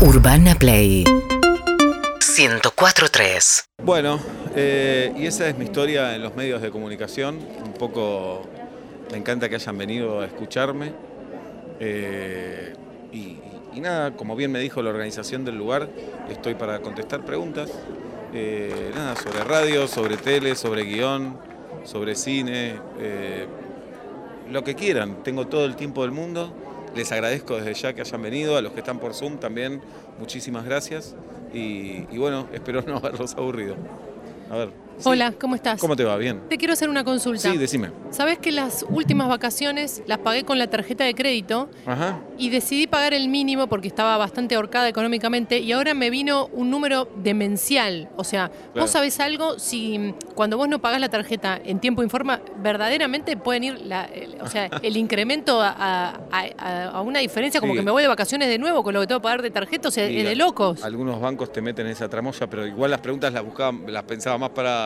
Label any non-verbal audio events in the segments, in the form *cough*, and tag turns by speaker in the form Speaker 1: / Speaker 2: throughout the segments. Speaker 1: Urbana Play 104.3
Speaker 2: Bueno, eh, y esa es mi historia en los medios de comunicación. Un poco me encanta que hayan venido a escucharme. Eh, y, y nada, como bien me dijo la organización del lugar, estoy para contestar preguntas. eh, nada, sobre radio, sobre tele, sobre guión, sobre cine, eh, lo que quieran. Tengo todo el tiempo del mundo. Les agradezco desde ya que hayan venido, a los que están por Zoom también, muchísimas gracias. Y, y bueno, *laughs* espero no haberlos aburrido. A ver. sí.
Speaker 3: Hola, ¿cómo estás?
Speaker 2: ¿Cómo te va? ¿Bien?
Speaker 3: Te quiero hacer una consulta.
Speaker 2: Sí, decime.
Speaker 3: Sabes que las últimas vacaciones las pagué con la tarjeta de crédito
Speaker 2: Ajá.
Speaker 3: y decidí pagar el mínimo porque estaba bastante ahorcada económicamente y ahora me vino un número demencial. O sea,
Speaker 2: Claro.
Speaker 3: vos sabés algo si mm, cuando vos no pagás la tarjeta en tiempo y forma, verdaderamente pueden ir, la- el- o sea,
Speaker 2: *laughs*
Speaker 3: el incremento a, a- a- a una diferencia como
Speaker 2: Sí.
Speaker 3: que me voy de vacaciones de nuevo con lo que tengo que pagar de tarjeta, o sea,
Speaker 2: Y
Speaker 3: es de
Speaker 2: al-
Speaker 3: locos.
Speaker 2: Algunos bancos te meten en esa tramoya, pero igual las preguntas las buscaba, las pensaba más para,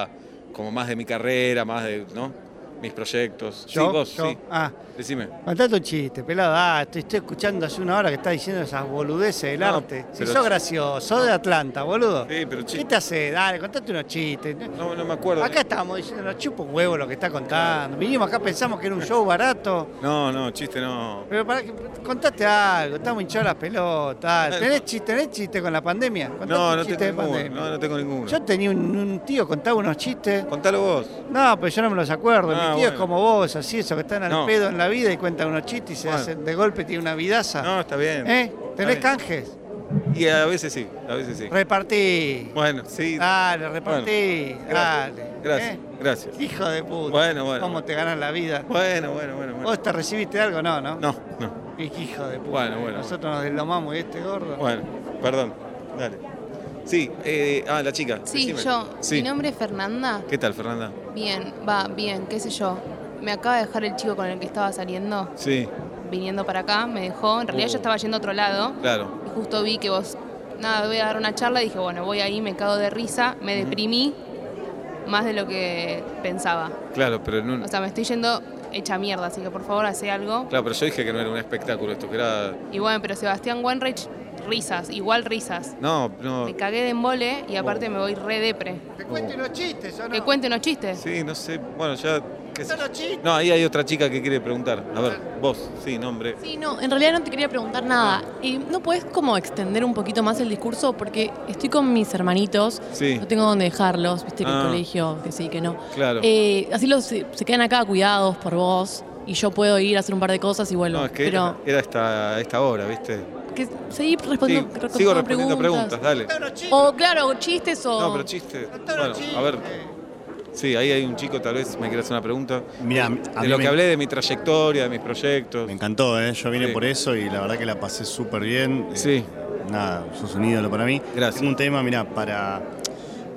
Speaker 2: como más de mi carrera, más de, ¿no? Mis proyectos. sí, vos, sí.
Speaker 4: Ah,
Speaker 2: Decime.
Speaker 4: contá tu chiste, pelado. Ah, te estoy escuchando hace una hora que estás diciendo esas boludeces del
Speaker 2: No,
Speaker 4: arte. Si
Speaker 2: pero-
Speaker 4: sos gracioso, sos de Atlanta, boludo.
Speaker 2: Sí, pero chi-
Speaker 4: ¿Qué te hace? Dale, contate unos chistes.
Speaker 2: No, no me acuerdo.
Speaker 4: Acá estábamos diciendo, nos chupa un huevo lo que está contando. Vinimos acá, pensamos que era un show barato.
Speaker 2: No, no, chiste no.
Speaker 4: Pero para que contaste algo, estamos hinchados las pelotas.
Speaker 2: Eh,
Speaker 4: ¿Tenés chiste, tenés chiste con la pandemia? Contate
Speaker 2: No,
Speaker 4: un
Speaker 2: no
Speaker 4: chiste
Speaker 2: tengo
Speaker 4: de
Speaker 2: ninguno.
Speaker 4: pandemia.
Speaker 2: No, no tengo ninguno.
Speaker 4: Yo tenía un, un tío, contaba unos chistes.
Speaker 2: Contalo vos.
Speaker 4: No, pero yo no me los acuerdo.
Speaker 2: Ah,
Speaker 4: Mi tío es
Speaker 2: bueno.
Speaker 4: como vos, así, esos que están al
Speaker 2: No.
Speaker 4: pedo en la vida y cuentan unos chistes y se
Speaker 2: Bueno.
Speaker 4: hacen de golpe, tiene una vidaza.
Speaker 2: No, está bien.
Speaker 4: ¿Eh? ¿Tenés
Speaker 2: Está
Speaker 4: canjes?
Speaker 2: bien. Y a veces sí, a veces sí.
Speaker 4: Repartí.
Speaker 2: Bueno, sí.
Speaker 4: Dale, repartí.
Speaker 2: Bueno, gracias,
Speaker 4: Dale.
Speaker 2: gracias,
Speaker 4: Ah, ¿Eh?
Speaker 2: gracias.
Speaker 4: Hijo de puta.
Speaker 2: Bueno, bueno.
Speaker 4: ¿Cómo te ganas la vida?
Speaker 2: Bueno, bueno, bueno, bueno.
Speaker 4: ¿Vos te recibiste algo? No, ¿no?
Speaker 2: No, no.
Speaker 4: Y que Hijo de puta.
Speaker 2: Bueno, bueno,
Speaker 4: Nosotros nos deslomamos y este gordo.
Speaker 2: Bueno, perdón. Dale. Sí, eh, ah, la chica.
Speaker 5: Sí,
Speaker 2: decime.
Speaker 5: yo.
Speaker 2: Sí.
Speaker 5: Mi nombre es Fernanda.
Speaker 2: ¿Qué tal, Fernanda?
Speaker 5: Bien, va, bien, qué sé yo. Me acaba de dejar el chico con el que estaba saliendo,
Speaker 2: Sí,
Speaker 5: viniendo para acá, me dejó. En realidad
Speaker 2: Oh.
Speaker 5: yo estaba yendo a otro lado
Speaker 2: claro.
Speaker 5: y justo vi que vos, nada, voy a dar una charla y dije, bueno, voy ahí, me cago de risa, me
Speaker 2: Ujú.
Speaker 5: deprimí más de lo que pensaba.
Speaker 2: Claro, pero en un-
Speaker 5: O sea, me estoy yendo hecha mierda, así que por favor, hace algo.
Speaker 2: claro, pero yo dije que no era un espectáculo esto, que era.
Speaker 5: Y bueno, pero Sebastián Wenrich, risas, igual risas.
Speaker 2: No, no.
Speaker 5: Me cagué de embole
Speaker 2: Oh.
Speaker 5: y aparte me voy re depre.
Speaker 4: Te cuento unos chistes, ¿o no?
Speaker 5: Que cuente unos chistes.
Speaker 2: Sí, no sé. Bueno, ya. qué sé
Speaker 4: Son
Speaker 2: yo.
Speaker 4: los chistes.
Speaker 2: No, ahí hay otra chica que quiere preguntar. A ver, vos, sí, nombre.
Speaker 6: Sí, no, en realidad no te quería preguntar nada. Eh, ¿No puedes como extender un poquito más el discurso? Porque estoy con mis hermanitos,
Speaker 2: Sí,
Speaker 6: no tengo dónde dejarlos, viste, que
Speaker 2: Ah.
Speaker 6: el colegio, que sí, que no.
Speaker 2: claro.
Speaker 6: Eh, así los, se se quedan acá cuidados por vos y yo puedo ir a hacer un par de cosas y vuelvo.
Speaker 2: No, es que
Speaker 6: Pero
Speaker 2: era esta, esta hora, ¿viste?
Speaker 6: que seguí
Speaker 3: Pues
Speaker 2: Sí,
Speaker 6: respondiendo,
Speaker 2: sigo respondiendo preguntas, dale.
Speaker 4: Contá unos chistes.
Speaker 6: O claro, chistes o...
Speaker 2: No, pero chiste.
Speaker 4: Contá
Speaker 2: Bueno,
Speaker 4: unos chistes.
Speaker 2: a ver. Sí, ahí hay un chico, tal vez me quiere hacer una pregunta.
Speaker 7: Mira,
Speaker 2: De lo que hablé de mi trayectoria, de mis proyectos.
Speaker 7: Me encantó, ¿eh? yo vine
Speaker 2: Sí.
Speaker 7: por eso y la verdad que la pasé súper bien. Eh,
Speaker 2: Sí.
Speaker 7: Nada, sos un ídolo para mí.
Speaker 2: Gracias.
Speaker 7: Tengo un tema, mira, para.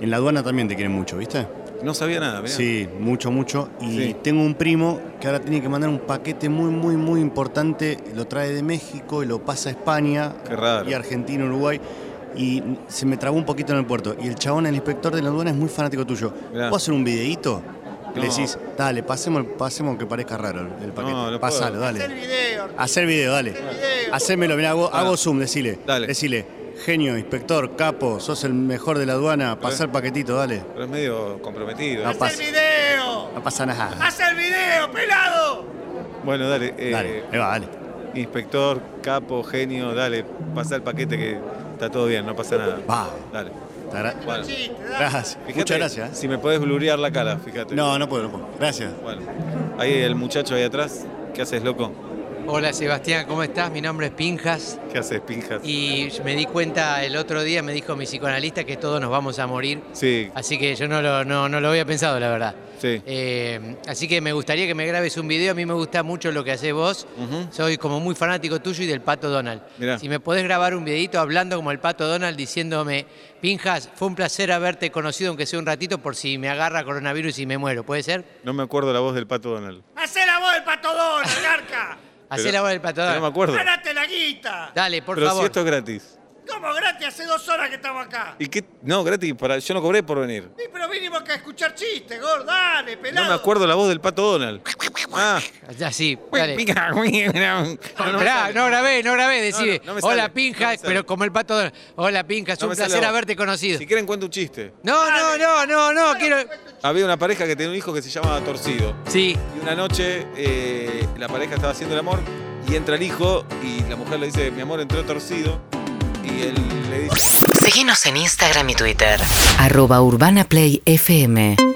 Speaker 7: En la aduana también te quieren mucho, ¿viste?
Speaker 2: No sabía nada, mirá.
Speaker 7: Sí, mucho, mucho. Y
Speaker 2: Sí.
Speaker 7: tengo un primo que ahora tiene que mandar un paquete muy, muy, muy importante. Lo trae de México y lo pasa a España.
Speaker 2: Qué raro.
Speaker 7: Y Argentina, Uruguay. Y se me trabó un poquito en el puerto. Y el chabón, el inspector de la aduana, es muy fanático tuyo.
Speaker 2: Mirá.
Speaker 7: ¿Puedo hacer un videíto? Que Le
Speaker 2: No.
Speaker 7: decís, dale, pasemos, pasemos que parezca raro el paquete.
Speaker 2: No, no
Speaker 7: Pásalo,
Speaker 2: puedo.
Speaker 4: Hacé el
Speaker 7: dale.
Speaker 4: video.
Speaker 7: Hacer video, dale. Hacémelo, mirá, hago,
Speaker 2: Ah.
Speaker 7: hago zoom, decile.
Speaker 2: Dale.
Speaker 7: Decile, genio, inspector, capo, sos el mejor de la
Speaker 2: Eh.
Speaker 7: aduana, pasar paquetito, dale.
Speaker 2: Pero es medio comprometido.
Speaker 7: No pasa,
Speaker 4: ¡Haz el video!
Speaker 7: no pasa nada.
Speaker 4: ¡Haz el video, pelado!
Speaker 2: Bueno, dale. eh,
Speaker 7: Dale, ahí va, dale.
Speaker 2: Inspector, capo, genio, dale, pasa el paquete que está todo bien, no pasa nada.
Speaker 7: Va.
Speaker 2: Dale.
Speaker 7: Te agra-
Speaker 2: Bueno,
Speaker 7: Gracias.
Speaker 2: fíjate
Speaker 7: Muchas gracias. ¿eh?
Speaker 2: Si me podés blurear la cara, fíjate.
Speaker 7: No, no puedo, no puedo. Gracias.
Speaker 2: Bueno, ahí el muchacho ahí atrás, ¿qué haces, loco?
Speaker 8: Hola Sebastián, ¿cómo estás? Mi nombre es Pinjas
Speaker 2: ¿Qué haces, pinjas?
Speaker 8: y me di cuenta el otro día, me dijo mi psicoanalista que todos nos vamos a morir,
Speaker 2: Sí,
Speaker 8: así que yo no lo, no, no lo había pensado, la verdad.
Speaker 2: sí.
Speaker 8: Ah, Eh, así que me gustaría que me grabes un video, a mí me gusta mucho lo que haces vos,
Speaker 2: Ujú.
Speaker 8: soy como muy fanático tuyo y del Pato Donald.
Speaker 2: Mirá.
Speaker 8: Si me podés grabar un videito hablando como el Pato Donald diciéndome, Pinjas, fue un placer haberte conocido, aunque sea un ratito, por si me agarra coronavirus y me muero, ¿puede ser?
Speaker 2: No me acuerdo la voz del pato Donald.
Speaker 4: ¡Hacé la voz del patodón, garca!
Speaker 2: *laughs*
Speaker 8: Hacé la voz del Pato
Speaker 2: Pero No me
Speaker 8: Donald.
Speaker 2: acuerdo.
Speaker 4: ¡Gánate la guita!
Speaker 8: Dale, Ah, por
Speaker 2: Pero
Speaker 8: favor.
Speaker 2: si esto es gratis.
Speaker 4: ¿Cómo Vinimos gratis hace dos horas que estamos acá.
Speaker 2: ¿Y qué? No, gratis, para, yo no cobré por venir.
Speaker 4: Sí, pero vinimos acá a escuchar chistes, gordo. Dale, pelado.
Speaker 2: No me acuerdo la voz del pato Donald. Ah, *laughs*
Speaker 8: Así, dale.
Speaker 2: Pica, *laughs*
Speaker 8: No, Esperá, no grabé, no grabé, decime.
Speaker 2: no me sale,
Speaker 8: Hola,
Speaker 2: no
Speaker 8: Pinjas,
Speaker 2: me sale.
Speaker 8: pero como el pato Donald. Hola, Pinjas,
Speaker 2: No
Speaker 8: un
Speaker 2: me sale
Speaker 8: placer
Speaker 2: la voz.
Speaker 8: haberte conocido.
Speaker 2: Si quieren, cuento un chiste.
Speaker 8: No, no, no, no, no, quiero...
Speaker 2: Había una pareja que tenía un hijo que se llamaba Torcido.
Speaker 8: Sí,
Speaker 2: Y una noche eh, la pareja estaba haciendo el amor y entra el hijo y la mujer le dice, mi amor entró torcido. Y él le dice...
Speaker 1: Síguenos en Instagram y Twitter. Arroba Urbana Play FM.